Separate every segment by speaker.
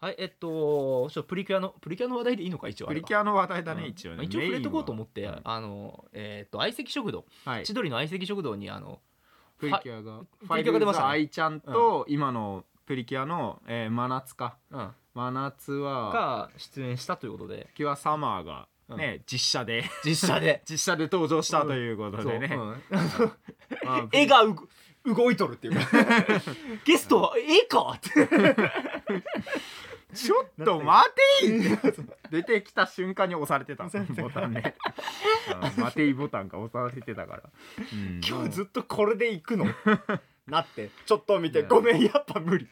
Speaker 1: はい、えっと、ちょっとプリキュアの、プリキュアの話題でいいのか、一応あ
Speaker 2: プ
Speaker 1: れ
Speaker 2: リ
Speaker 1: は。
Speaker 2: キュアの話題だ
Speaker 1: う
Speaker 2: ね、
Speaker 1: ん
Speaker 2: 一応
Speaker 1: まあ
Speaker 2: ね。
Speaker 1: 一応触れとこうと思って、
Speaker 2: メインは
Speaker 1: あの、えっと、相席食堂、
Speaker 2: うんはい
Speaker 1: 千鳥の相席食堂に、あの。
Speaker 2: プリキュアがフ
Speaker 1: プ
Speaker 2: ァ
Speaker 1: リ
Speaker 2: イ
Speaker 1: キュ
Speaker 2: ル
Speaker 1: アが出ま
Speaker 2: ズ
Speaker 1: したね
Speaker 2: 愛ちゃんと今のプリキュアのえー真夏か
Speaker 1: うん、
Speaker 2: 真夏は
Speaker 1: が出演したということで
Speaker 2: プ、リキュアサマーがね実写で
Speaker 1: 実写で。
Speaker 2: 実写で登場したということでね
Speaker 1: そううん
Speaker 2: まあプリ
Speaker 1: 絵がうご動いとるっていうか ゲストは絵かって
Speaker 2: ちょっと待ていって出てきた瞬間に押され てたボタンねうん待ていボタンが押されてたからう ん
Speaker 1: 今日ずっとこれで行くのなってちょっと見て
Speaker 2: ね
Speaker 1: ごめんやっぱ無理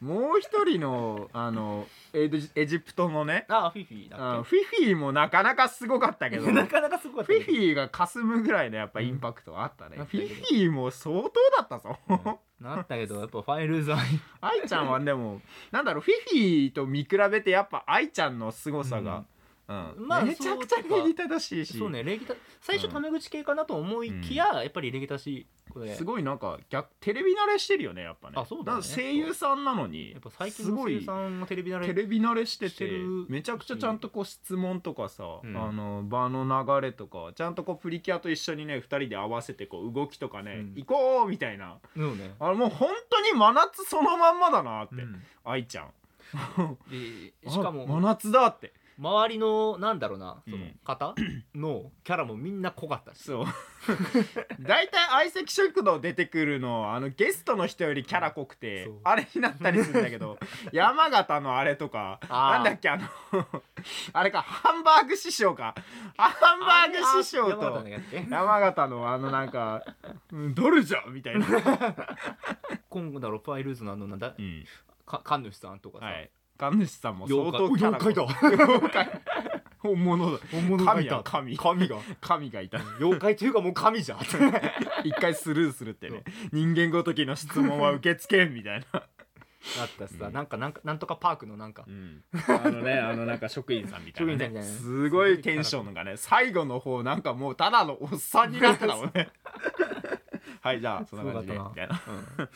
Speaker 2: もう一人のあのエジエジプトのね
Speaker 1: ああフィフィ
Speaker 2: あ
Speaker 1: だ
Speaker 2: の
Speaker 1: っ
Speaker 2: フィフィもなかなかすごかったけ
Speaker 1: け
Speaker 2: ど
Speaker 1: なかなかすごかった
Speaker 2: フィフ
Speaker 1: ィ
Speaker 2: ィが霞むぐらいのやっぱインパクトはあったね、
Speaker 1: うん
Speaker 2: フィフィも相当だったぞ、
Speaker 1: なったけどやっぱファイルザイ
Speaker 2: 愛ちゃんはでもなんだろうフィフィと見比べてやっぱ愛ちゃんの凄さが、うん
Speaker 1: まあ
Speaker 2: めちゃくちゃ礼儀正しいし、
Speaker 1: そうね礼儀た最初
Speaker 2: うん
Speaker 1: タメ口系かなと思いきや、やっぱり礼儀正しいこれ
Speaker 2: すごいなんか逆テレビ慣れしてるよねやっぱね
Speaker 1: あそうだね
Speaker 2: なんか声優さんなのに
Speaker 1: やっぱ最近の声優さんもテレビ慣
Speaker 2: テ
Speaker 1: れ
Speaker 2: レビ慣れして
Speaker 1: して
Speaker 2: て
Speaker 1: る
Speaker 2: めちゃくちゃちゃんとこう質問とかさ、
Speaker 1: うん
Speaker 2: あの場の流れとかちゃんとこうプリキュアと一緒にね2人で合わせてこう動きとかね、
Speaker 1: うん
Speaker 2: 行こうみたいな
Speaker 1: そうね、
Speaker 2: あれもう本当に真夏そのまんまだなって、
Speaker 1: うん
Speaker 2: 愛ちゃん
Speaker 1: でしか
Speaker 2: あ真
Speaker 1: も
Speaker 2: 夏だって
Speaker 1: 周りのなんだろうなその
Speaker 2: うん
Speaker 1: 方のキャラもみんな濃かったし
Speaker 2: そう大体相席食堂出てくるのあのゲストの人よりキャラ濃くて
Speaker 1: そう
Speaker 2: あれになったりするんだけ ど山形のあれとか
Speaker 1: あー
Speaker 2: なんだっけあの あれかハンバーグ師匠かハンバーグ師匠
Speaker 1: 山形
Speaker 2: と
Speaker 1: のやつね
Speaker 2: 山形のあのなんか「うんドルじゃん」みたい な、
Speaker 1: 今後だろファイルーズのあのなんだ
Speaker 2: うん
Speaker 1: か神主さんとかさ、
Speaker 2: はい神主さんも相
Speaker 1: 妖怪
Speaker 2: 当キャラ濃い
Speaker 1: 妖
Speaker 2: 妖怪本物だ
Speaker 1: 本物がい
Speaker 2: 神
Speaker 1: た
Speaker 2: だ神
Speaker 1: 神が
Speaker 2: 神がいた
Speaker 1: 妖怪というかもう神 じゃん
Speaker 2: 一回スルーするってね人間ごときの質問は受け付けんみたいな、
Speaker 1: だったしさ、
Speaker 2: うん
Speaker 1: なんかなんかなんとかパークのなんか、
Speaker 2: あのねあのなんか職員さんみ
Speaker 1: たいなね
Speaker 2: すごいテンションがね最後の方なんかもうただのおっさんになってたもんね はいじゃあそんな感じで
Speaker 1: そうだ
Speaker 2: み
Speaker 1: ったな
Speaker 2: たいな
Speaker 1: うん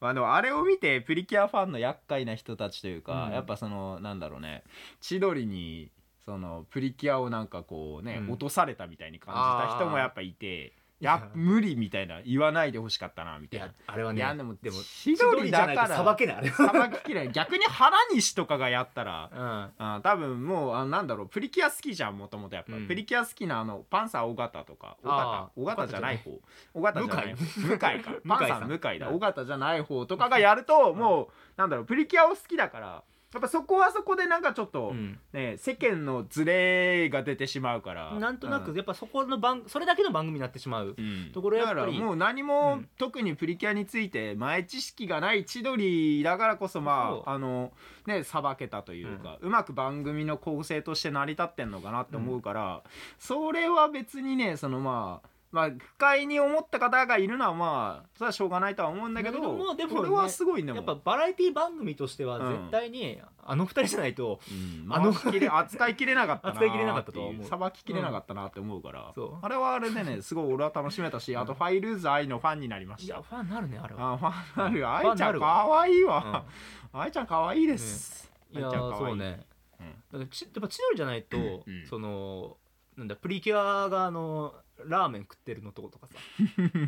Speaker 2: まあでもあれを見てプリキュアファンの厄介な人たちというか、
Speaker 1: うん
Speaker 2: やっぱそのなんだろうね千鳥にそのプリキュアをなんかこうね、
Speaker 1: うん
Speaker 2: 落とされたみたいに感じた人もやっぱいていや無理みたいな言わないでほしかったなみ
Speaker 1: い
Speaker 2: たいな
Speaker 1: やあれはいね
Speaker 2: やでも
Speaker 1: でも
Speaker 2: 千鳥だから
Speaker 1: さばけないあれは
Speaker 2: さばききれい逆に原西とかがやったら
Speaker 1: うん
Speaker 2: あ多分もうあなんだろうプリキュア好きじゃんもともとやっぱ、
Speaker 1: うん
Speaker 2: プリキュア好きなあのパンサー尾形とか尾
Speaker 1: あ
Speaker 2: 形
Speaker 1: ー
Speaker 2: 尾形じゃない方尾形じゃない方向井 か
Speaker 1: 向井
Speaker 2: パンサ
Speaker 1: さん
Speaker 2: ー向井だ
Speaker 1: うん
Speaker 2: 尾形じゃない方とかがやると、もうなんだろうプリキュアを好きだからやっぱそこはそこでなんかちょっと、
Speaker 1: うん
Speaker 2: ね世間のズレが出てしまうから
Speaker 1: なんとな
Speaker 2: う
Speaker 1: くやっぱそこの番それだけの番組になってしまう
Speaker 2: うん
Speaker 1: ところやっ
Speaker 2: だ
Speaker 1: ぱ
Speaker 2: か
Speaker 1: り
Speaker 2: らもう何
Speaker 1: う
Speaker 2: も
Speaker 1: ん
Speaker 2: 特にプリキュアについて前知識がない千鳥だからこそま
Speaker 1: そう
Speaker 2: ああのねさばけたというか、うまく番組の構成として成り立ってんのかなって思うから、それは別にねそのまあまあ不快に思った方がいるのはまあそれはしょうがないとは思うんだけど
Speaker 1: だけどもでもね
Speaker 2: これはすごい
Speaker 1: や
Speaker 2: ねも
Speaker 1: っ
Speaker 2: う
Speaker 1: ぱバラエティ番組としては
Speaker 2: うん
Speaker 1: 絶対にあの二人じゃないと
Speaker 2: うん
Speaker 1: あの
Speaker 2: 回しきれ扱いきれなかったな
Speaker 1: 扱いきれなかったとは思う
Speaker 2: さばききれなかったなって思うから、
Speaker 1: そう
Speaker 2: あれはあれでねすごい俺は楽しめたし、あとファイルーズ愛のファンになりま
Speaker 1: い
Speaker 2: した
Speaker 1: やファンになるねあれは
Speaker 2: あ、ファンなるよ。
Speaker 1: ファ
Speaker 2: 愛
Speaker 1: ン
Speaker 2: ち
Speaker 1: な
Speaker 2: ゃん
Speaker 1: る
Speaker 2: 可愛い
Speaker 1: うん
Speaker 2: わ。愛ちゃん可愛いです。
Speaker 1: いや
Speaker 2: 愛ちゃん可愛
Speaker 1: そう。ね、
Speaker 2: うん
Speaker 1: だからちやっぱ千鳥じゃないと、
Speaker 2: うん
Speaker 1: そのなんだプリキュアがあのラーメン食ってるのとことか さ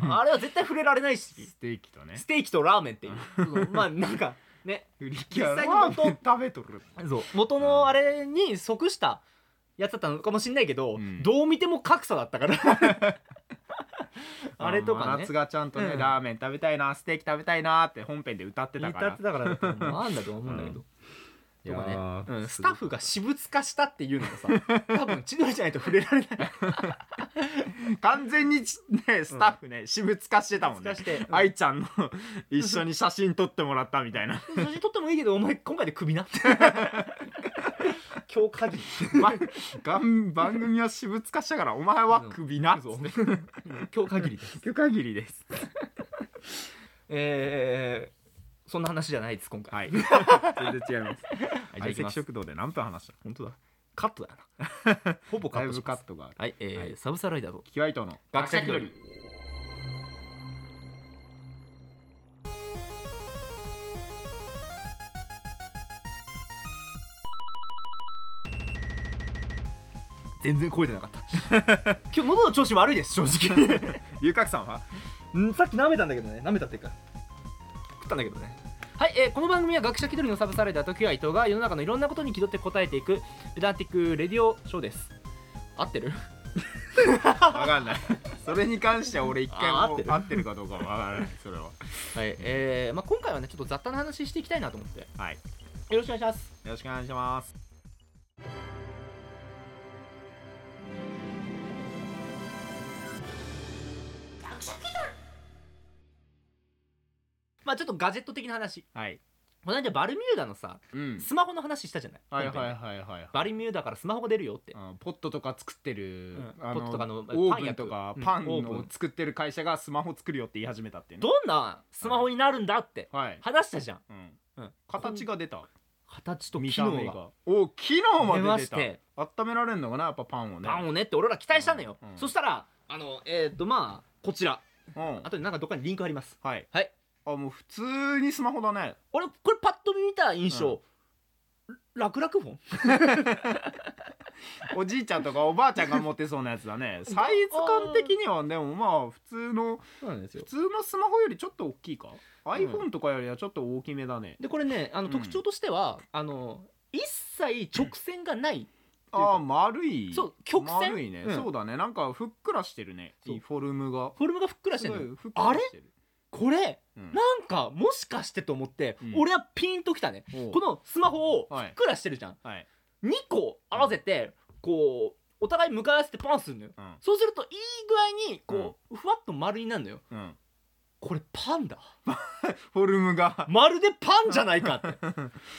Speaker 1: あれは絶対触れられないし
Speaker 2: ステーキとね
Speaker 1: ス。テーキとラーメン っていうそのまあなんかね
Speaker 2: フリキュア
Speaker 1: 実際に
Speaker 2: ラーメン
Speaker 1: 元
Speaker 2: 食べとる。
Speaker 1: そう元のあれに即したやつだったのかもしれないけど、
Speaker 2: うん
Speaker 1: どう見ても格差だったから あれと
Speaker 2: ま
Speaker 1: か
Speaker 2: あ
Speaker 1: ね
Speaker 2: 夏がちゃんとね、
Speaker 1: うん
Speaker 2: ラーメン食べたいな、ステーキ食べたいなって本編で歌って
Speaker 1: 言
Speaker 2: た
Speaker 1: ったっ
Speaker 2: から
Speaker 1: て。だからだと思うあんだとは思うんだけど、
Speaker 2: いや
Speaker 1: とかね
Speaker 2: ー
Speaker 1: うんスタッフが私物化したっていうのがさ 多分千鳥じゃないと触れられない
Speaker 2: 完全にちね、スタッフね、私物化してたもんね
Speaker 1: 私物化してう。ん
Speaker 2: 愛ちゃんの一緒に写真撮ってもらったみたい な。
Speaker 1: 写真撮ってもいいけどお前今回でクビな 今日限り
Speaker 2: まがん番組は私物化したから、お前はクビな。
Speaker 1: そう 今日限りです
Speaker 2: 今日限りです。
Speaker 1: えー、そんな話じゃないです今回、
Speaker 2: はい。 全然違います。
Speaker 1: はい
Speaker 2: 相席食堂で何分話した
Speaker 1: 本当だカットだよな ほぼカ
Speaker 2: だい
Speaker 1: ット
Speaker 2: ぶ
Speaker 1: し
Speaker 2: カ
Speaker 1: ます
Speaker 2: ットがある。
Speaker 1: はい、えー
Speaker 2: はい
Speaker 1: サブサライダーと
Speaker 2: キワイトの
Speaker 1: 学者気取り
Speaker 2: 全然声出なかった
Speaker 1: 今日喉の調子悪いです正直
Speaker 2: 遊郭さんは
Speaker 1: んさっき舐めたんだけどね舐めたっていうか食ったんだけどねはい、えーこの番組は学者気取りのサブサラダ時は伊藤が世の中のいろんなことに気取って答えていくペダンティックレディオショー です合ってる
Speaker 2: 分かんないそれに関しては俺一回
Speaker 1: あ合
Speaker 2: も
Speaker 1: ってる
Speaker 2: 合ってるかどうかは分からないそれは
Speaker 1: はい、えーまあ、今回はねちょっと雑多な話していきたいなと思ってよ
Speaker 2: はいよ
Speaker 1: ろしくお願いします
Speaker 2: ろしくお願いします
Speaker 1: まあちょっとガジェット的な話
Speaker 2: はい
Speaker 1: この間バルミューダのさ
Speaker 2: うん
Speaker 1: スマホの話したじゃない、
Speaker 2: はいはい
Speaker 1: 本編
Speaker 2: はい
Speaker 1: で
Speaker 2: はいはい
Speaker 1: バルミューダからスマホが出るよって
Speaker 2: あポットとか作って
Speaker 1: う
Speaker 2: る、
Speaker 1: ん
Speaker 2: あ
Speaker 1: ポットとかの
Speaker 2: オ
Speaker 1: パン
Speaker 2: ーブン
Speaker 1: 焼く
Speaker 2: とか
Speaker 1: うん
Speaker 2: パン
Speaker 1: オーブ
Speaker 2: を
Speaker 1: ン
Speaker 2: 作ってる会社がスマホ作るよって言い始めたっていうね
Speaker 1: どんなスマホになるんだって
Speaker 2: はい、
Speaker 1: 話したじゃん、
Speaker 2: うん、
Speaker 1: うん、
Speaker 2: 形が出た
Speaker 1: 形と
Speaker 2: 見
Speaker 1: 機
Speaker 2: た
Speaker 1: 能
Speaker 2: 目
Speaker 1: が
Speaker 2: がお機能
Speaker 1: 出
Speaker 2: ま
Speaker 1: ま
Speaker 2: で出
Speaker 1: したて
Speaker 2: 温められるのかなやっぱパンをね
Speaker 1: パンをねって俺ら期待したのよ、
Speaker 2: うんうん
Speaker 1: そしたらあのえっ、とまあこちら
Speaker 2: うん
Speaker 1: あとでなんかどっかにリンク貼ります
Speaker 2: はい
Speaker 1: はい
Speaker 2: あもう普通にスマホだね
Speaker 1: 俺これパッと見見た印象、楽々フォン
Speaker 2: おじいちゃんとかおばあちゃんが持ってそうなやつだ ねサイズ感的にはでもまあ普通の
Speaker 1: そうなんですよ
Speaker 2: 普通のスマホよりちょっと大きいか iPhone とかよりはちょっと大きめだね、
Speaker 1: でこれねあの
Speaker 2: うん
Speaker 1: 特徴としては、あの一切直線がない、うん
Speaker 2: ああ丸い
Speaker 1: そう曲線
Speaker 2: 丸いね、
Speaker 1: うん
Speaker 2: そうだねなんかふっくらしてるね
Speaker 1: そう
Speaker 2: いいフォルムが
Speaker 1: フォルムがふっくらして
Speaker 2: す
Speaker 1: る
Speaker 2: ごい
Speaker 1: のよ
Speaker 2: ふっくらしてる
Speaker 1: これ
Speaker 2: うん
Speaker 1: なんかもしかしてと思って、
Speaker 2: うん
Speaker 1: 俺はピンときたね
Speaker 2: おう
Speaker 1: このスマホをふ
Speaker 2: はい
Speaker 1: っくらしてるじゃん、
Speaker 2: はい
Speaker 1: 2個合わせてこうお互い向かい合わせてパンするのよ
Speaker 2: うん
Speaker 1: そうするといい具合にこう、ふわっと丸になるのよ
Speaker 2: うん
Speaker 1: これパンだ
Speaker 2: フォルムが
Speaker 1: まるでパンじゃないか って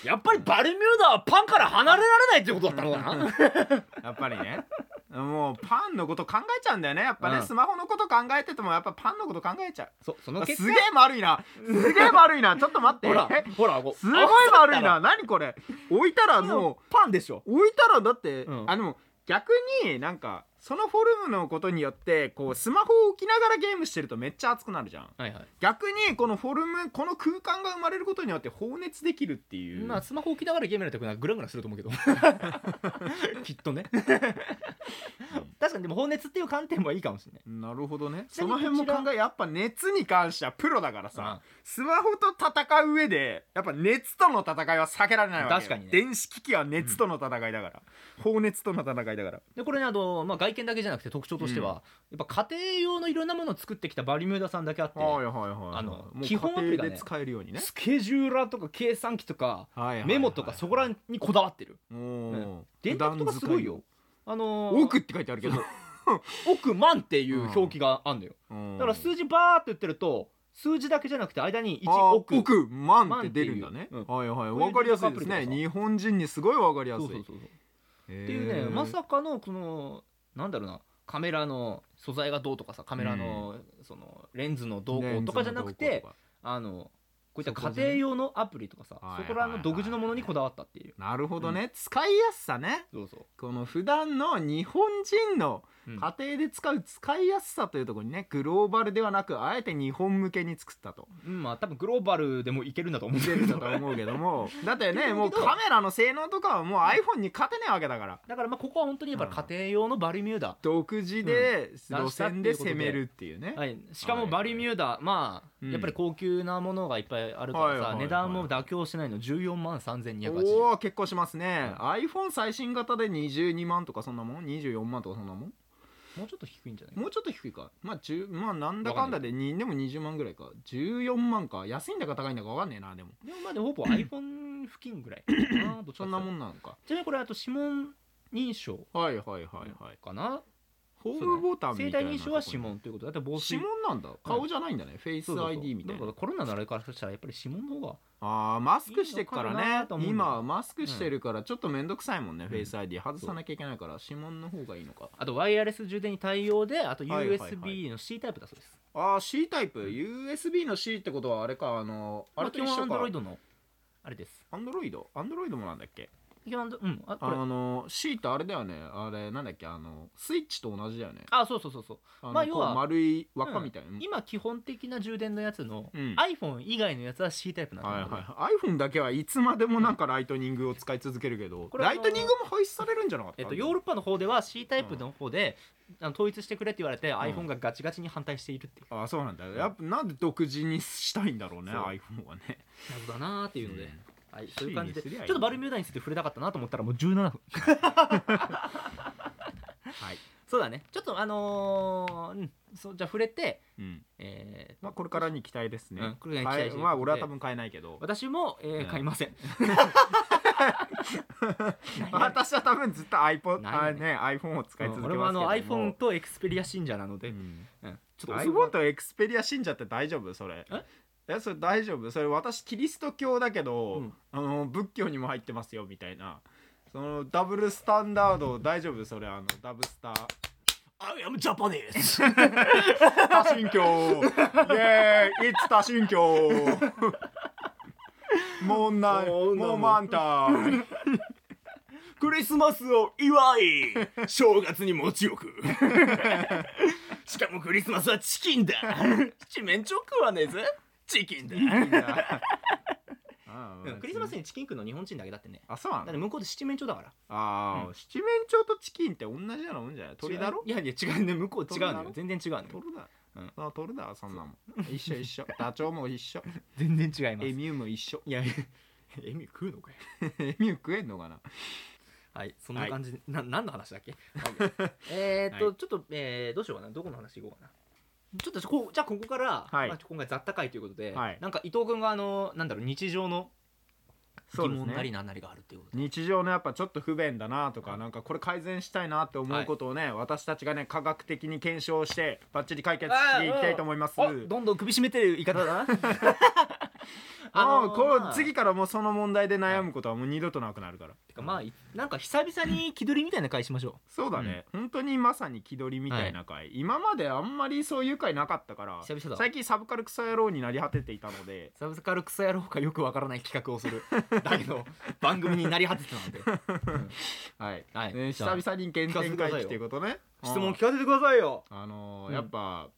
Speaker 1: やっぱりバルミューダはパンから離れられないってことだったのかな
Speaker 2: やっぱりねもうパンのこと考えちゃうんだよねやっぱね、
Speaker 1: うん
Speaker 2: スマホのこと考えててもやっぱパンのこと考えちゃ
Speaker 1: そそうの結
Speaker 2: す
Speaker 1: 果
Speaker 2: げえ丸いなすげえ丸いなちょっと待って
Speaker 1: ほら
Speaker 2: え
Speaker 1: ほらこう
Speaker 2: すごい丸 いな何これ置いたら
Speaker 1: あもう
Speaker 2: も
Speaker 1: パンでしょ
Speaker 2: う置いたらだって、
Speaker 1: うん
Speaker 2: あでも逆になんかそのフォルムのことによってこうスマホを置きながらゲームしてるとめっちゃ熱くなるじゃん
Speaker 1: はいはい
Speaker 2: 逆にこのフォルムこの空間が生まれることによって放熱できるっていう、
Speaker 1: まあスマホ置きながらゲームやるとグラグラすると思うけ どきっとね確かにでも放熱っていう観点もいいかもしれない
Speaker 2: なるほどね
Speaker 1: ちな
Speaker 2: そ
Speaker 1: みに
Speaker 2: の辺も
Speaker 1: こちら
Speaker 2: 考えやっぱ熱に関してはプロだから
Speaker 1: う
Speaker 2: さ
Speaker 1: ん、
Speaker 2: スマホと戦う上でやっぱ熱との戦いは避けられないわけよ
Speaker 1: 確かにね
Speaker 2: 電子機器は熱との戦いだから、放熱との戦いだから
Speaker 1: でこれねあの、まあ、外見だけじゃなくて特徴としては、やっぱ家庭用のいろんなものを作ってきたバルミューダさんだけあって、
Speaker 2: はいはいはい
Speaker 1: あの
Speaker 2: もう
Speaker 1: 基本アプリがね
Speaker 2: 家庭で使えるようにね
Speaker 1: スケジューラーとか計算機とかメモとかそこらにこだわってる
Speaker 2: もう
Speaker 1: 電卓とかすごいよあのー、
Speaker 2: 奥って書いてあるけど
Speaker 1: そう億万っていう表記があるのよ、だから数字バーって言ってると数字だけじゃなくて間に1億
Speaker 2: 億億万っ
Speaker 1: 万ってていう
Speaker 2: 出るんだね
Speaker 1: うん
Speaker 2: はいはい
Speaker 1: こういう
Speaker 2: わかりやすいです
Speaker 1: アプリ
Speaker 2: ね
Speaker 1: とかさ
Speaker 2: 日本人にすごいわかりやす
Speaker 1: そ
Speaker 2: いう
Speaker 1: そうそうそう
Speaker 2: っ
Speaker 1: っていうねまさかのこのなんだろうなカメラの素材がどうとかさカメラの,、そのレンズの動向とかじゃなくてあのこういった家庭用のアプリとかさ
Speaker 2: そこ
Speaker 1: そ
Speaker 2: ね
Speaker 1: こらの独自のものにこだわったっていう
Speaker 2: なるほどね使いやすさね
Speaker 1: そうそう
Speaker 2: この普段の日本人の
Speaker 1: うん
Speaker 2: 家庭で使う使いやすさというところにねグローバルではなくあえて日本向けに作ったと
Speaker 1: うんまあ多分グローバルでもいけるんだと思うんだ
Speaker 2: 出
Speaker 1: け
Speaker 2: るんだ
Speaker 1: ど
Speaker 2: と思うけど もだって
Speaker 1: いけ
Speaker 2: ね
Speaker 1: る
Speaker 2: もう
Speaker 1: けど
Speaker 2: カメラの性能とかはもう iPhone に勝てないわけだから
Speaker 1: だからまあここは本当にやっぱり家庭用のバルミューダ、
Speaker 2: 独自で
Speaker 1: うん
Speaker 2: 路線で攻めるっていうね
Speaker 1: はい、しかもバルミューダ、まあ、
Speaker 2: うん
Speaker 1: やっぱり高級なものがいっぱいあるからさ、
Speaker 2: はいはいはい
Speaker 1: 値段も妥協しないの14万3280
Speaker 2: おお結構しますね iPhone 最新型で22万とかそんなもん24万とかそんなもん
Speaker 1: もうちょっと低いんじゃない
Speaker 2: もうちょっと低いかまあ10まあなんだかんだでにでも20万ぐらいか14万か安いんだか高いんだかわかんねえなでも
Speaker 1: でもまあでもほぼ iPhone 付近ぐらいかなどっちか
Speaker 2: そ
Speaker 1: って言
Speaker 2: ん
Speaker 1: った
Speaker 2: な
Speaker 1: ら
Speaker 2: もんなのか
Speaker 1: ちなみにこれあと指紋認証
Speaker 2: はいはいはいはい
Speaker 1: かな
Speaker 2: ホームボタンみ
Speaker 1: 生
Speaker 2: た
Speaker 1: 体
Speaker 2: いな
Speaker 1: 認証は指紋ということであと防水
Speaker 2: 指紋なんだ顔じゃないんだね、フェイス
Speaker 1: そうそうそう
Speaker 2: ID みたい
Speaker 1: だか
Speaker 2: な
Speaker 1: らコロナのあれからしたらやっぱり指紋の方が
Speaker 2: あーマスクしてっから
Speaker 1: いいのか
Speaker 2: ね
Speaker 1: なと思うんだ
Speaker 2: 今はマスクしてるからちょっと面倒くさいもんね、
Speaker 1: ん
Speaker 2: フェイス ID 外さなきゃいけないから指紋の方がいいのか
Speaker 1: あとワイヤレス充電に対応であと
Speaker 2: はいはいはい
Speaker 1: USB の C タイプだそうです、
Speaker 2: ああ C タイプ USB の C ってことはあれかあのあれと一
Speaker 1: まあ基
Speaker 2: 緒
Speaker 1: 本
Speaker 2: か
Speaker 1: Android のあれです
Speaker 2: アンドロイドアンドロイドもなんだっけ
Speaker 1: いやなんだうんあこれ
Speaker 2: あのシートあれだよねあれなんだっけあのスイッチと同じだよね
Speaker 1: あそうそうそうそう
Speaker 2: あの
Speaker 1: まあ要は
Speaker 2: こう丸い輪っかみたいな、
Speaker 1: 今基本的な充電のやつの、
Speaker 2: うん
Speaker 1: iPhone 以外のやつは C タイプなんだ
Speaker 2: はい
Speaker 1: けど、
Speaker 2: はい、iPhone だけはいつまでもなんかライトニングを使い続けるけど
Speaker 1: これあ
Speaker 2: ラ
Speaker 1: の
Speaker 2: イトニングも廃止されるんじゃなかった
Speaker 1: えっと、ヨーロッパの方では C タイプの方で、あの統一してくれって言われて、iPhone がガチガチに反対しているっていう
Speaker 2: あそうなんだやっぱなんで独自にしたいんだろうね
Speaker 1: そう
Speaker 2: iPhone はね
Speaker 1: 謎だなーっていうので、
Speaker 2: うん
Speaker 1: はい、そういう感じで
Speaker 2: シーンにすり
Speaker 1: ちょっ
Speaker 2: ゃいい
Speaker 1: とバルミューダについて触れたかったなと思ったらもう17分
Speaker 2: はい、
Speaker 1: そうだねちょっとあのーうん、そうじゃあ触れて、
Speaker 2: うん
Speaker 1: えー
Speaker 2: まあ、これからに期待ですね、
Speaker 1: うんこれからに期待
Speaker 2: は
Speaker 1: して
Speaker 2: い、まあ俺は多分買えない けど
Speaker 1: 私も、えー
Speaker 2: うん
Speaker 1: 買いません
Speaker 2: 私は多分ずっと iPod、
Speaker 1: ないよ
Speaker 2: あ
Speaker 1: ね
Speaker 2: ね、iPhone を使い続けますけども、
Speaker 1: 俺もあの iPhone と Xperia 信者なので、
Speaker 2: うん
Speaker 1: うんちょっと遅く
Speaker 2: iPhone と Xperia 信者って大丈夫それ
Speaker 1: え
Speaker 2: えそれ大丈夫それ私キリスト教だけど、
Speaker 1: うん
Speaker 2: あの仏教にも入ってますよみたいなそのダブルスタンダード大丈夫それあのダブスター
Speaker 1: あいやもうジャパネーズ
Speaker 2: 多神教イエーイ It's 多神教もうな
Speaker 1: もうな
Speaker 2: もう満タン
Speaker 1: クリスマスを祝い正月に持ちよくしかもクリスマスはチキンだ七面鳥食わねえぜチキンだクリスマスにチキン食うの日本人だけだってね
Speaker 2: あそうな
Speaker 1: だ
Speaker 2: ん
Speaker 1: っ
Speaker 2: だ
Speaker 1: て向こうで七面鳥だから
Speaker 2: あー、
Speaker 1: う
Speaker 2: 七面鳥とチキンって同じようなもんじゃない鳥だろ
Speaker 1: いやいや違うね向こう違う
Speaker 2: 鳥だ
Speaker 1: の
Speaker 2: ろ
Speaker 1: よ全然違うのよ
Speaker 2: 取るだ、
Speaker 1: うん
Speaker 2: あ取るだそんなもん 一緒一緒ダチョウも一緒
Speaker 1: 全然違いま
Speaker 2: エ
Speaker 1: い
Speaker 2: ミューも一緒
Speaker 1: やエミ食うのかよ
Speaker 2: エミュー食えんのかな
Speaker 1: はいそんな感じで、な何の話だっけ えーっと、
Speaker 2: は
Speaker 1: ちょっと、えーどうしようかなどこの話いこうかなちょっとこうじゃあここから、
Speaker 2: はい
Speaker 1: まあ、今回雑多会ということで、
Speaker 2: はい
Speaker 1: なんか伊藤君があのなんだろう日常の疑問なり
Speaker 2: ね
Speaker 1: なんなりがあるっていうことで
Speaker 2: 日常のやっぱちょっと不便だなとか、
Speaker 1: はい
Speaker 2: なんかこれ改善したいなって思うことをね、私たちがね科学的に検証してバッチリ解決していきたいと思います。
Speaker 1: あどんどん首絞めてる言い方 だな
Speaker 2: あのこう
Speaker 1: まあ
Speaker 2: 次からもうその問題で悩むことはもう二度となくなるから。
Speaker 1: てかまあなんか久々に気取りみたいな会し ましょ
Speaker 2: そうだね、本当にまさに気取りみたいな回、今まであんまりそういう回なかったから
Speaker 1: 久々だ
Speaker 2: 最近サブカルクソ野郎になり果てていたので
Speaker 1: うサブスカルクソ野郎かよくわからない企画をするだけ ど番組になり果ててたので、うん
Speaker 2: はい、
Speaker 1: はい
Speaker 2: ね
Speaker 1: じゃあ
Speaker 2: 久々に原点回帰っていうことね
Speaker 1: 質問
Speaker 2: うん
Speaker 1: 聞かせてくださいよ
Speaker 2: あのー
Speaker 1: うん
Speaker 2: やっぱ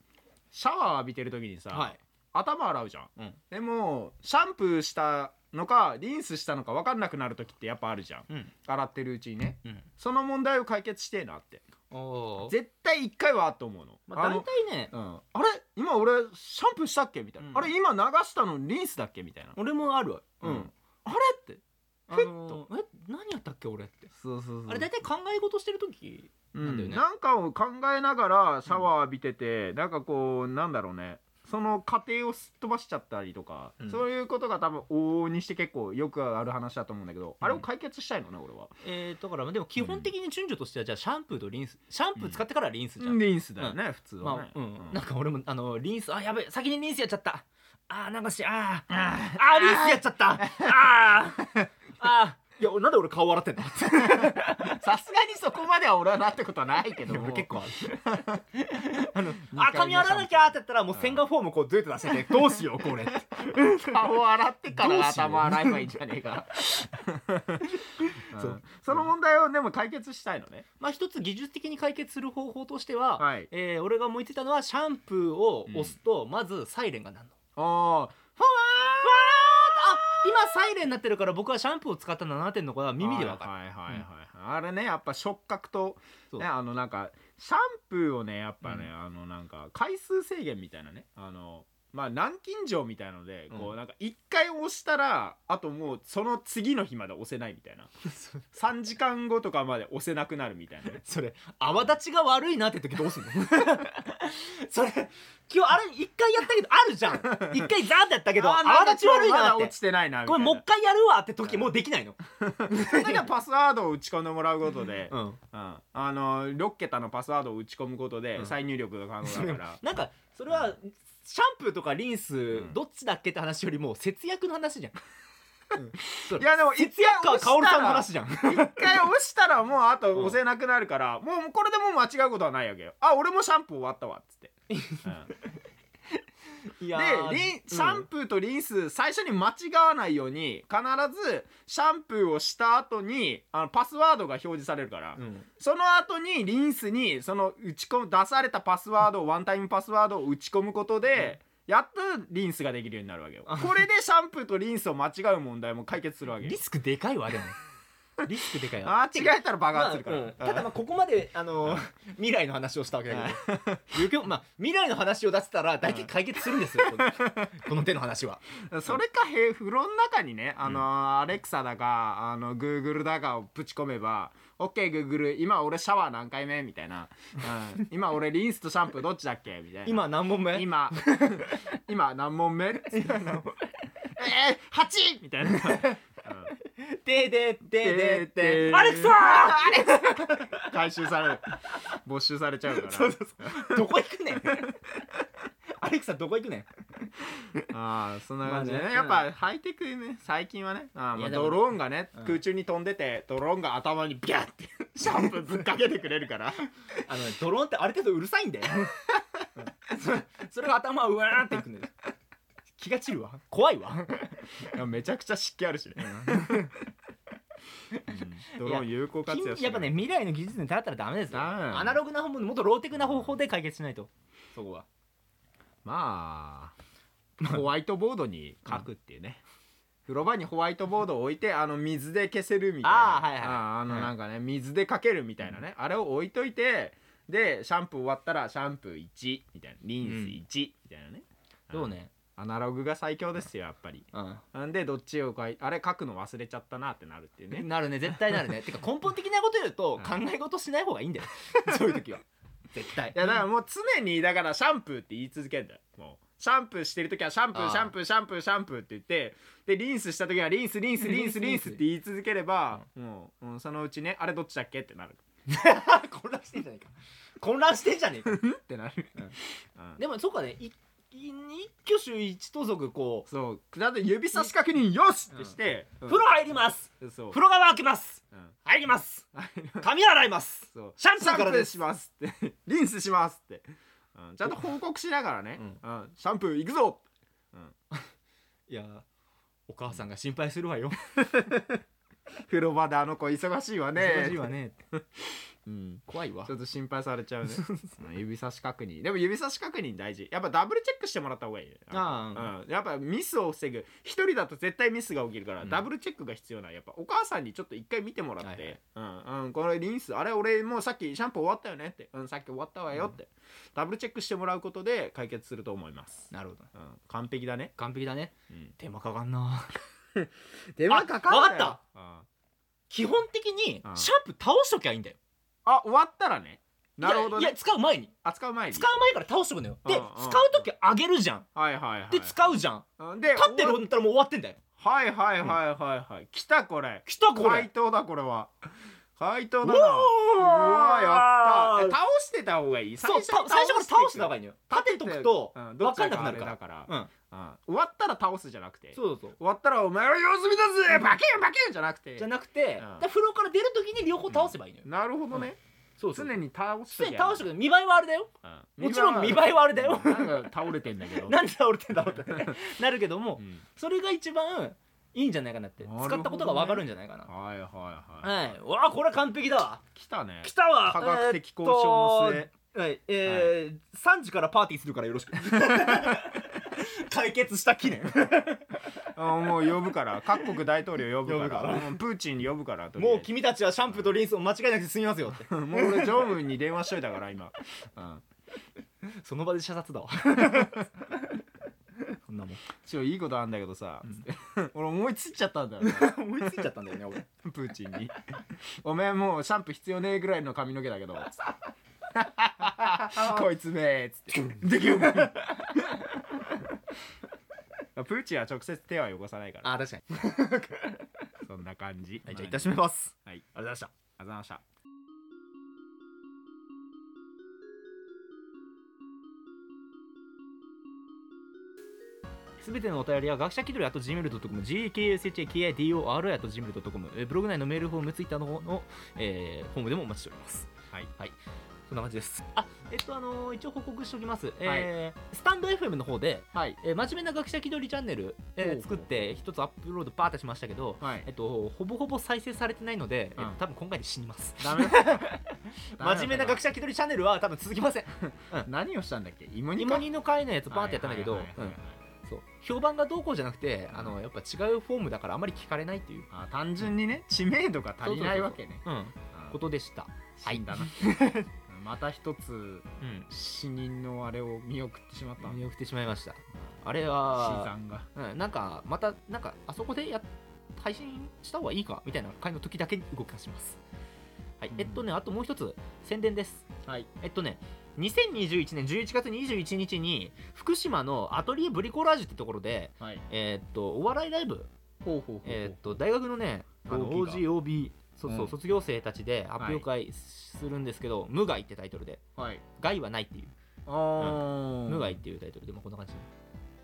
Speaker 2: シャワー浴びてる時にさ、
Speaker 1: はい
Speaker 2: 頭洗うじゃん、
Speaker 1: うん
Speaker 2: でもシャンプーしたのかリンスしたのか分かんなくなる時ってやっぱあるじゃん
Speaker 1: うん
Speaker 2: 洗ってるうちにね
Speaker 1: うん
Speaker 2: その問題を解決してえなって
Speaker 1: おー
Speaker 2: 絶対一回はあっと思うの,、
Speaker 1: まあ、
Speaker 2: あ
Speaker 1: 大
Speaker 2: の
Speaker 1: 体ね
Speaker 2: うん、あれ今俺シャンプーしたっけみたいな、
Speaker 1: うん
Speaker 2: あれ今流したのリンスだっけみたいな、
Speaker 1: 俺もあるわ
Speaker 2: うんあれって
Speaker 1: あ
Speaker 2: ふっ
Speaker 1: のえ何やったっけ俺って
Speaker 2: そうそう
Speaker 1: あれ大体考え事してる時なんだよね
Speaker 2: なんかを考えながらシャワー浴びてて、なんかこうなんだろうねその過程をすっ飛ばしちゃったりとか、
Speaker 1: うん
Speaker 2: そういうことが多分往々にして結構よくある話だと思うんだけど、あれを解決したいのね俺は。
Speaker 1: えー、だからでも基本的に順序としてはじゃあシャンプーとリンスシャンプー使ってからリンスじゃん、
Speaker 2: リンスだよね、普通は
Speaker 1: まあ
Speaker 2: ね。
Speaker 1: うん
Speaker 2: うん
Speaker 1: なんか俺もあのリンスあやべえ先にリンスやっちゃったあーなんかし あー
Speaker 2: あ
Speaker 1: あーリンスやっちゃったあーあーいや なんで俺顔洗ってんの
Speaker 2: ー さすがにそこまでは俺はなってことはないけども
Speaker 1: 俺結 構ある
Speaker 2: 二
Speaker 1: あ
Speaker 2: 回
Speaker 1: 髪
Speaker 2: 目
Speaker 1: 洗
Speaker 2: シャンプー
Speaker 1: わなきゃーって言ったらもう洗顔フォームこうどうやって出しててどうしようこれって
Speaker 2: 顔洗ってか
Speaker 1: どうし
Speaker 2: ら
Speaker 1: よう
Speaker 2: 頭洗えばいいんじゃねえか、 うん
Speaker 1: そう
Speaker 2: その問題をでも解決したいのね、
Speaker 1: まあ一つ技術的に解決する方法としては、
Speaker 2: はい
Speaker 1: えー俺が思いついたのはシャンプーを押すと、まずサイレンが鳴るの。
Speaker 2: ああ
Speaker 1: ふわーっとあ今サイレンになってるから僕はシャンプーを使ったんだなってんのが耳でわかる、
Speaker 2: はいはいはいはいあれねやっぱ触覚と、
Speaker 1: そう
Speaker 2: ね、あのなんかシャンプーをねやっぱね、
Speaker 1: う
Speaker 2: あのなんか回数制限みたいなねあのまあ南京錠みたいので、こ
Speaker 1: う
Speaker 2: うなんか1回押したらあともうその次の日まで押せないみたいな3時間後とかまで押せなくなるみたいなね
Speaker 1: それ泡立ちが悪いなって時どうすんの それ今日あれ一回やったけどあるじゃん一回ザーってやったけど
Speaker 2: あーなんか
Speaker 1: 泡立ち悪い
Speaker 2: ま
Speaker 1: な
Speaker 2: だ
Speaker 1: っ
Speaker 2: 落
Speaker 1: て
Speaker 2: ちてないなみた
Speaker 1: こ
Speaker 2: い
Speaker 1: れ
Speaker 2: な
Speaker 1: もう一回やるわって時もうできないの、
Speaker 2: だからパスワードを打ち込んでもらうことで、
Speaker 1: ん、
Speaker 2: うんあの6桁のパスワードを打ち込むことで
Speaker 1: うん
Speaker 2: 再入力が可能だ から、
Speaker 1: なんかそれはシャンプーとかリンス
Speaker 2: ん
Speaker 1: どっちだっけって話よりも節約の話じゃん
Speaker 2: いやでも一
Speaker 1: 節約か
Speaker 2: 回押
Speaker 1: カオル
Speaker 2: した
Speaker 1: さんの
Speaker 2: ら
Speaker 1: 話じゃん
Speaker 2: 一回押したらもうあと押せなくなるから、もうこれでもう間違うことはないわけよあ俺もシャンプー終わったわっつって、
Speaker 1: い
Speaker 2: で
Speaker 1: やー
Speaker 2: リン
Speaker 1: うん
Speaker 2: シャンプーとリンス最初に間違わないように必ずシャンプーをした後にあのパスワードが表示されるから、
Speaker 1: うん
Speaker 2: その後にリンスにその打ち込む出されたパスワードをワンタイムパスワードを打ち込むことで、やっとリンスができるようになるわけよ
Speaker 1: あ
Speaker 2: これでシャンプーとリンスを間違う問題も解決するわけよ
Speaker 1: リスクでかいわでもリスクでかいわ
Speaker 2: あー違えたら爆
Speaker 1: ま
Speaker 2: 発
Speaker 1: あ
Speaker 2: するから、
Speaker 1: うんただまあここまであのー未来の話をしたわけだけど余興まあ未来の話を出せたら大体解決するんですよこ のこの手の話は
Speaker 2: それかへ風呂の中にねあのー、アレクサだかあのグーグルだかをぶち込めば「OK グーグル今俺シャワー何回目?」みたいな、うん「今俺リンスとシャンプーどっちだっけ?」みたいな
Speaker 1: 今何問目
Speaker 2: 今 今何問目?」えー、8! みたいな。
Speaker 1: ででででで
Speaker 2: で
Speaker 1: アレクサ
Speaker 2: 回収される没収されちゃうから
Speaker 1: そうそうそうどこ行くねん アレクサどこ行くねん
Speaker 2: ああそんな感じでね,、
Speaker 1: まあね
Speaker 2: やっぱハイテクね最近はねあ
Speaker 1: い
Speaker 2: ーま
Speaker 1: や
Speaker 2: あ
Speaker 1: でも
Speaker 2: ドローンがね、
Speaker 1: うん
Speaker 2: 空中に飛んでてドローンが頭にビャッてシャンプーぶっかけてくれるから
Speaker 1: あのねドローンってある程度うる さいんだよそそれが頭うわーっていくんだよ気が散るわ怖いわ
Speaker 2: いやめちゃくちゃ湿気あるしね、ドローン有効活用してる
Speaker 1: やっぱね未来の技術に頼ったらダメですよ
Speaker 2: ダメだよ
Speaker 1: アナログな方ももっとローテクな方法で解決しないとそこは
Speaker 2: まあホワイトボードに書くっていうね、風呂場にホワイトボードを置いてあの水で消せるみたいな
Speaker 1: あーはいはい
Speaker 2: あーあのなんかね、水でかけるみたいなね、あれを置いといてでシャンプー終わったらシャンプー1みたいなリンス1、みたいなね
Speaker 1: どうね
Speaker 2: アナログが最強ですよやっぱり
Speaker 1: うん
Speaker 2: なんでどっちを書いあれ書くの忘れちゃったなってなるっていうね
Speaker 1: なるね絶対なる ねてか根本的なこと言うと考
Speaker 2: う
Speaker 1: え事しない方がいいんだよ そういう時は絶対
Speaker 2: いやだからもう常にだからシャンプーって言い続けるんだよもうシャンプーしてる時はシャンプ
Speaker 1: あ
Speaker 2: ー
Speaker 1: ー
Speaker 2: シャンプーシャンプーシャンプーって言ってでリンスした時はリンスリンスリンス
Speaker 1: リ
Speaker 2: リ
Speaker 1: ン
Speaker 2: ン
Speaker 1: ス
Speaker 2: ス
Speaker 1: リンス
Speaker 2: って言い続ければもう、うんそのうちねあれどっちだっけってなる
Speaker 1: 混乱してんじゃねえか混乱してんじゃねえか
Speaker 2: ってなる、 うん
Speaker 1: でもそうかねいい一挙手一投足こ
Speaker 2: そうだって指差し確認よしってして、
Speaker 1: う、
Speaker 2: うん
Speaker 1: 風呂入ります
Speaker 2: そう
Speaker 1: 風呂川開けます
Speaker 2: うん
Speaker 1: 入ります髪洗います
Speaker 2: そう
Speaker 1: シャンプーからです
Speaker 2: シャンプーしますって リンスしますって、うん、ちゃんと報告しながらね、うんシャンプーいくぞ
Speaker 1: いやお母さんが心配するわよ
Speaker 2: 風呂場であの子忙しいわね
Speaker 1: 忙しいわね
Speaker 2: うん
Speaker 1: 怖いわ
Speaker 2: ちょっと心配されちゃうね。うん指差し確認。でも指差し確認大事。やっぱダブルチェックしてもらった方がいいね。
Speaker 1: あ
Speaker 2: うん、やっぱミスを防ぐ。一人だと絶対ミスが起きるから、
Speaker 1: うん
Speaker 2: ダブルチェックが必要な。やっぱお母さんにちょっと一回見てもらって、
Speaker 1: はい
Speaker 2: うん、うん、これリンス、あれ俺もうさっきシャンプー終わったよねって、うん、さっき終わったわよって、ダブルチェックしてもらうことで解決すると思います。
Speaker 1: なるほど
Speaker 2: うん、完璧だね。
Speaker 1: 完璧だね
Speaker 2: うん。
Speaker 1: 手間かかんな
Speaker 2: 手
Speaker 1: 間かかんなよ
Speaker 2: わった、うん
Speaker 1: 基本的に
Speaker 2: うん
Speaker 1: シャンプー倒しときゃいいんだよ
Speaker 2: あ、終わったらね。なるほど
Speaker 1: いやいや。
Speaker 2: ね
Speaker 1: 使う前に
Speaker 2: 扱う前に。
Speaker 1: 使う前から倒しとくのよで
Speaker 2: う
Speaker 1: 使
Speaker 2: んうん
Speaker 1: う時上げるじゃん
Speaker 2: はいはいはい。
Speaker 1: で使うじゃん
Speaker 2: うん。で、
Speaker 1: 立ってるんだったらもう終わってんだよ
Speaker 2: はいはいはいはいはい、来たこれ
Speaker 1: 来たこ
Speaker 2: 回
Speaker 1: れ
Speaker 2: 答だこれは回答
Speaker 1: う
Speaker 2: だなう
Speaker 1: わ
Speaker 2: わやったえ
Speaker 1: た
Speaker 2: 倒してた方がいい
Speaker 1: そうた最初から倒してた方が
Speaker 2: いい
Speaker 1: いいのよ立てとくと分かんなくなるから
Speaker 2: から
Speaker 1: うん
Speaker 2: うん終わったら倒すじゃなくて
Speaker 1: そ
Speaker 2: 終
Speaker 1: うそうそう
Speaker 2: わったらお前は様子見だぜバキュンバキュンじゃなくて
Speaker 1: じゃなくて、だから風呂から出るときに両方倒せばいいのよ、
Speaker 2: なるほどね、
Speaker 1: そう
Speaker 2: 常
Speaker 1: 常に
Speaker 2: に倒して
Speaker 1: 常に倒してくれ見栄えはあれだよ
Speaker 2: うん
Speaker 1: もちろん見栄えはあれだよ
Speaker 2: なんか倒れてんだけ ど
Speaker 1: なんで倒れてんだろうってねなるけども、
Speaker 2: うん
Speaker 1: それが一番いいんじゃないかなって
Speaker 2: なるほど
Speaker 1: 使
Speaker 2: ね
Speaker 1: ったことが分かるんじゃないかな
Speaker 2: はいはいはい
Speaker 1: はい、うわあこれ完璧だわ
Speaker 2: 来たね
Speaker 1: 来たわ
Speaker 2: 科学的交渉の
Speaker 1: えーっと
Speaker 2: 末
Speaker 1: はいえー3時からパーティーするからよろしく 解決した記念
Speaker 2: あもう呼ぶから各国大統領呼ぶから
Speaker 1: 呼ぶから
Speaker 2: うんプーチン呼ぶからとりあえ
Speaker 1: も
Speaker 2: ず
Speaker 1: う君たちはシャンプーとリンスを間違いなくて済みますよって
Speaker 2: もう俺常務に電話しといたから今、うん、
Speaker 1: その場で射殺 だわそんなもん
Speaker 2: ちょいいことあんだけどさ、
Speaker 1: ん
Speaker 2: つって俺思いついちゃったんだよね
Speaker 1: 思いついちゃったんだよね 俺
Speaker 2: プーチンに「おめえもうシャンプー必要ねえぐらいの髪の毛だけ ど」つってこいつめえ」っつって「 できる!」プーチンは直接手は汚さないから
Speaker 1: あ確かに、
Speaker 2: そんな感じ、
Speaker 1: はい、じゃあいたしめます
Speaker 2: はい、ありがとう
Speaker 1: ありがとうございました
Speaker 2: ございました
Speaker 1: すべてのお便りは学者気取り at gmail.com、gakshakidor at gmail.com、えーブログ内のメールフォーム、ツイッターの方の、えーフォームでもお待ちしております。
Speaker 2: はい、
Speaker 1: はい、そんな感じですあえっとあのー一応報告しておきます、えースタンド FM の方で、
Speaker 2: はい
Speaker 1: えー真面目な学者気取りチャンネル、えー
Speaker 2: ほうほう
Speaker 1: 作って一つアップロードバーってしましたけど
Speaker 2: はい
Speaker 1: えっと、ほぼほぼ再生されてないので、えっと
Speaker 2: うん
Speaker 1: 多分今回で死にます
Speaker 2: ダメだ
Speaker 1: 真面 目な学者気取りチャンネルは多分続きません
Speaker 2: 何をしたんだっけ芋煮
Speaker 1: 芋煮の会のやつバーってやったんだけどうんそう評判がどうこうじゃなくてあのやっぱ違うフォームだからあまり聞かれないっていう、
Speaker 2: あ単純にね知名度が足りないわけね
Speaker 1: うん、
Speaker 2: うん
Speaker 1: ことでした、
Speaker 2: 死んだな また一つ
Speaker 1: うん、
Speaker 2: 死人のあれを見送ってしまった
Speaker 1: 見送ってしまいましたあれ
Speaker 2: 死
Speaker 1: は、
Speaker 2: 産が
Speaker 1: うん、なんかまたなんかあそこでや配信した方がいいかみたいな回の時だけ動かしますはい、
Speaker 2: うん
Speaker 1: えっとねあともう一つ宣伝です
Speaker 2: はい
Speaker 1: えっとね2021年11月21日に福島のアトリエブリコラージュってところで、
Speaker 2: はい
Speaker 1: えーっとお笑いライブ
Speaker 2: ほうほうほうほう
Speaker 1: えーっと大学のねあの
Speaker 2: OG が
Speaker 1: OGOB そうそう、
Speaker 2: うん
Speaker 1: 卒業生たちで発表会するんですけど「無害」ってタイトルで
Speaker 2: はい
Speaker 1: 「害はない」っていう
Speaker 2: あー
Speaker 1: 「無害」っていうタイトルで、まあ、こんな感じ、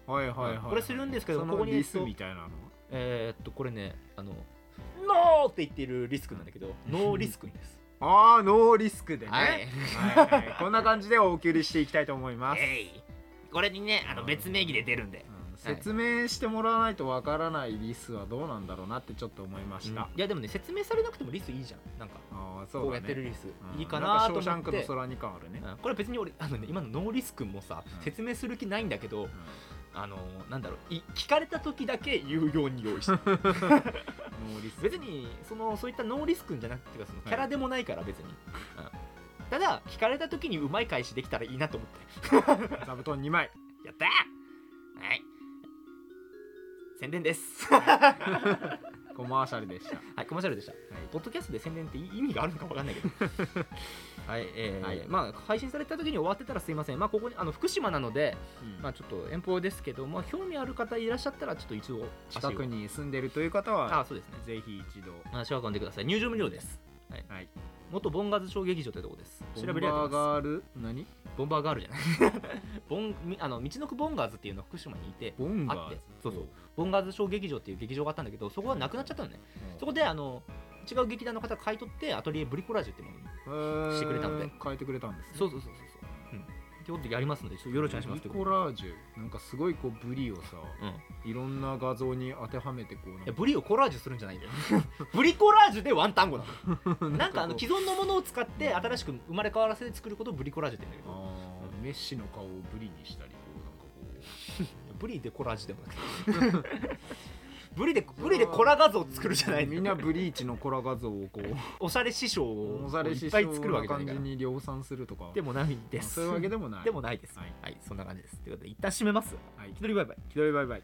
Speaker 2: はいはいはい
Speaker 1: これするんですけど
Speaker 2: そ
Speaker 1: ここ
Speaker 2: の
Speaker 1: に
Speaker 2: リスみたいなの
Speaker 1: えーっとこれねあの「ノー!」って言ってるリスクなんだ けどノーリスクです、
Speaker 2: ああノーリスクで ね
Speaker 1: はい
Speaker 2: はいはいこんな感じでお送りしていきたいと思います
Speaker 1: えいこれにねあの別名義で出るんで
Speaker 2: うん説明してもらわないとわからないリスはどうなんだろうなってちょっと思いました、
Speaker 1: うんいやでもね説明されなくてもリスいいじゃんなんか
Speaker 2: ああ
Speaker 1: こ
Speaker 2: そう
Speaker 1: うや
Speaker 2: だ
Speaker 1: ってる
Speaker 2: ね
Speaker 1: リス、
Speaker 2: うん
Speaker 1: いいかなと
Speaker 2: んかショーシャ
Speaker 1: 思
Speaker 2: ン
Speaker 1: って
Speaker 2: クの空に変わるね、
Speaker 1: うんこれ別に俺あの、ね、今のノーリスクもさ、
Speaker 2: うん
Speaker 1: 説明する気ないんだけど
Speaker 2: うん
Speaker 1: あのなんだろうい聞かれた時だけ言うように用意した
Speaker 2: ノーリス
Speaker 1: 別にそのそういったノーリスクんじゃなくてそのキャラでもないから別に、うんただ聞かれた時にうまい返しできたらいいなと思って
Speaker 2: 座布団2枚
Speaker 1: やったーはい宣伝です
Speaker 2: コマーシャルでした
Speaker 1: はいコマーシャルでした、ポッドキャストで宣伝って意味があるのか分かんないけど はいえー
Speaker 2: はい
Speaker 1: まあ配信された時に終わってたらすいませんまあここにあの福島なので
Speaker 2: うん
Speaker 1: まあちょっと遠方ですけどまあ興味ある方いらっしゃったらちょっと一応足を
Speaker 2: 近くに住んでるという方
Speaker 1: あ
Speaker 2: は
Speaker 1: そうですね
Speaker 2: ぜひ一度
Speaker 1: 足を運んでください入場無料ですはい、
Speaker 2: はい
Speaker 1: 元ボンガーズ小劇場ってとこです調べりゃ
Speaker 2: ボ
Speaker 1: 出て
Speaker 2: ンバー
Speaker 1: ま
Speaker 2: ガール何
Speaker 1: すボンバーガールじゃない ボンみあの道のくボンガーズっていうのは福島にいて
Speaker 2: ボンガ
Speaker 1: あっ
Speaker 2: ー
Speaker 1: て
Speaker 2: ル
Speaker 1: そうそうボンガーズ小劇場っていう劇場があったんだけどそこはなくなっちゃったのねそこ
Speaker 2: こ
Speaker 1: であの違う劇団の方が買い取ってアトリエブリコラージュってものにしてくれたので
Speaker 2: 変えてくれたんですね
Speaker 1: そうそうそうそうそう、うん、ってことでやりますのでちょっとよろしくお願いします
Speaker 2: ブリコラージュなんかすごいこうブリをさ
Speaker 1: うん、い
Speaker 2: いろんな画像に当てはめてこうなんか
Speaker 1: やブリをコラージュするんじゃないんだよ ブリコラージュでワンタ ンゴなのなんかあの既存のものを使って新しく生まれ変わらせて作ることをブリコラージュって言うんだけど
Speaker 2: あーメッシの顔をブリにしたりこうなんかこ
Speaker 1: ブリでコラージュでもなくて ブリでブリでコラ画像を作るじゃないう
Speaker 2: みんなブリーチのコラ画像をこ
Speaker 1: おしゃれ師匠
Speaker 2: う
Speaker 1: を
Speaker 2: モザレ
Speaker 1: い
Speaker 2: シ
Speaker 1: っ
Speaker 2: し
Speaker 1: ぱい作るわけ
Speaker 2: な
Speaker 1: じゃない
Speaker 2: 感
Speaker 1: か
Speaker 2: じ
Speaker 1: ら
Speaker 2: に量産するとか
Speaker 1: でもないで
Speaker 2: あ
Speaker 1: す
Speaker 2: そういうわけでもない
Speaker 1: でもないですは
Speaker 2: はいい、
Speaker 1: そんな感じですということで一旦締めます
Speaker 2: はい
Speaker 1: 一人バイバイ
Speaker 2: ひどいバイバイ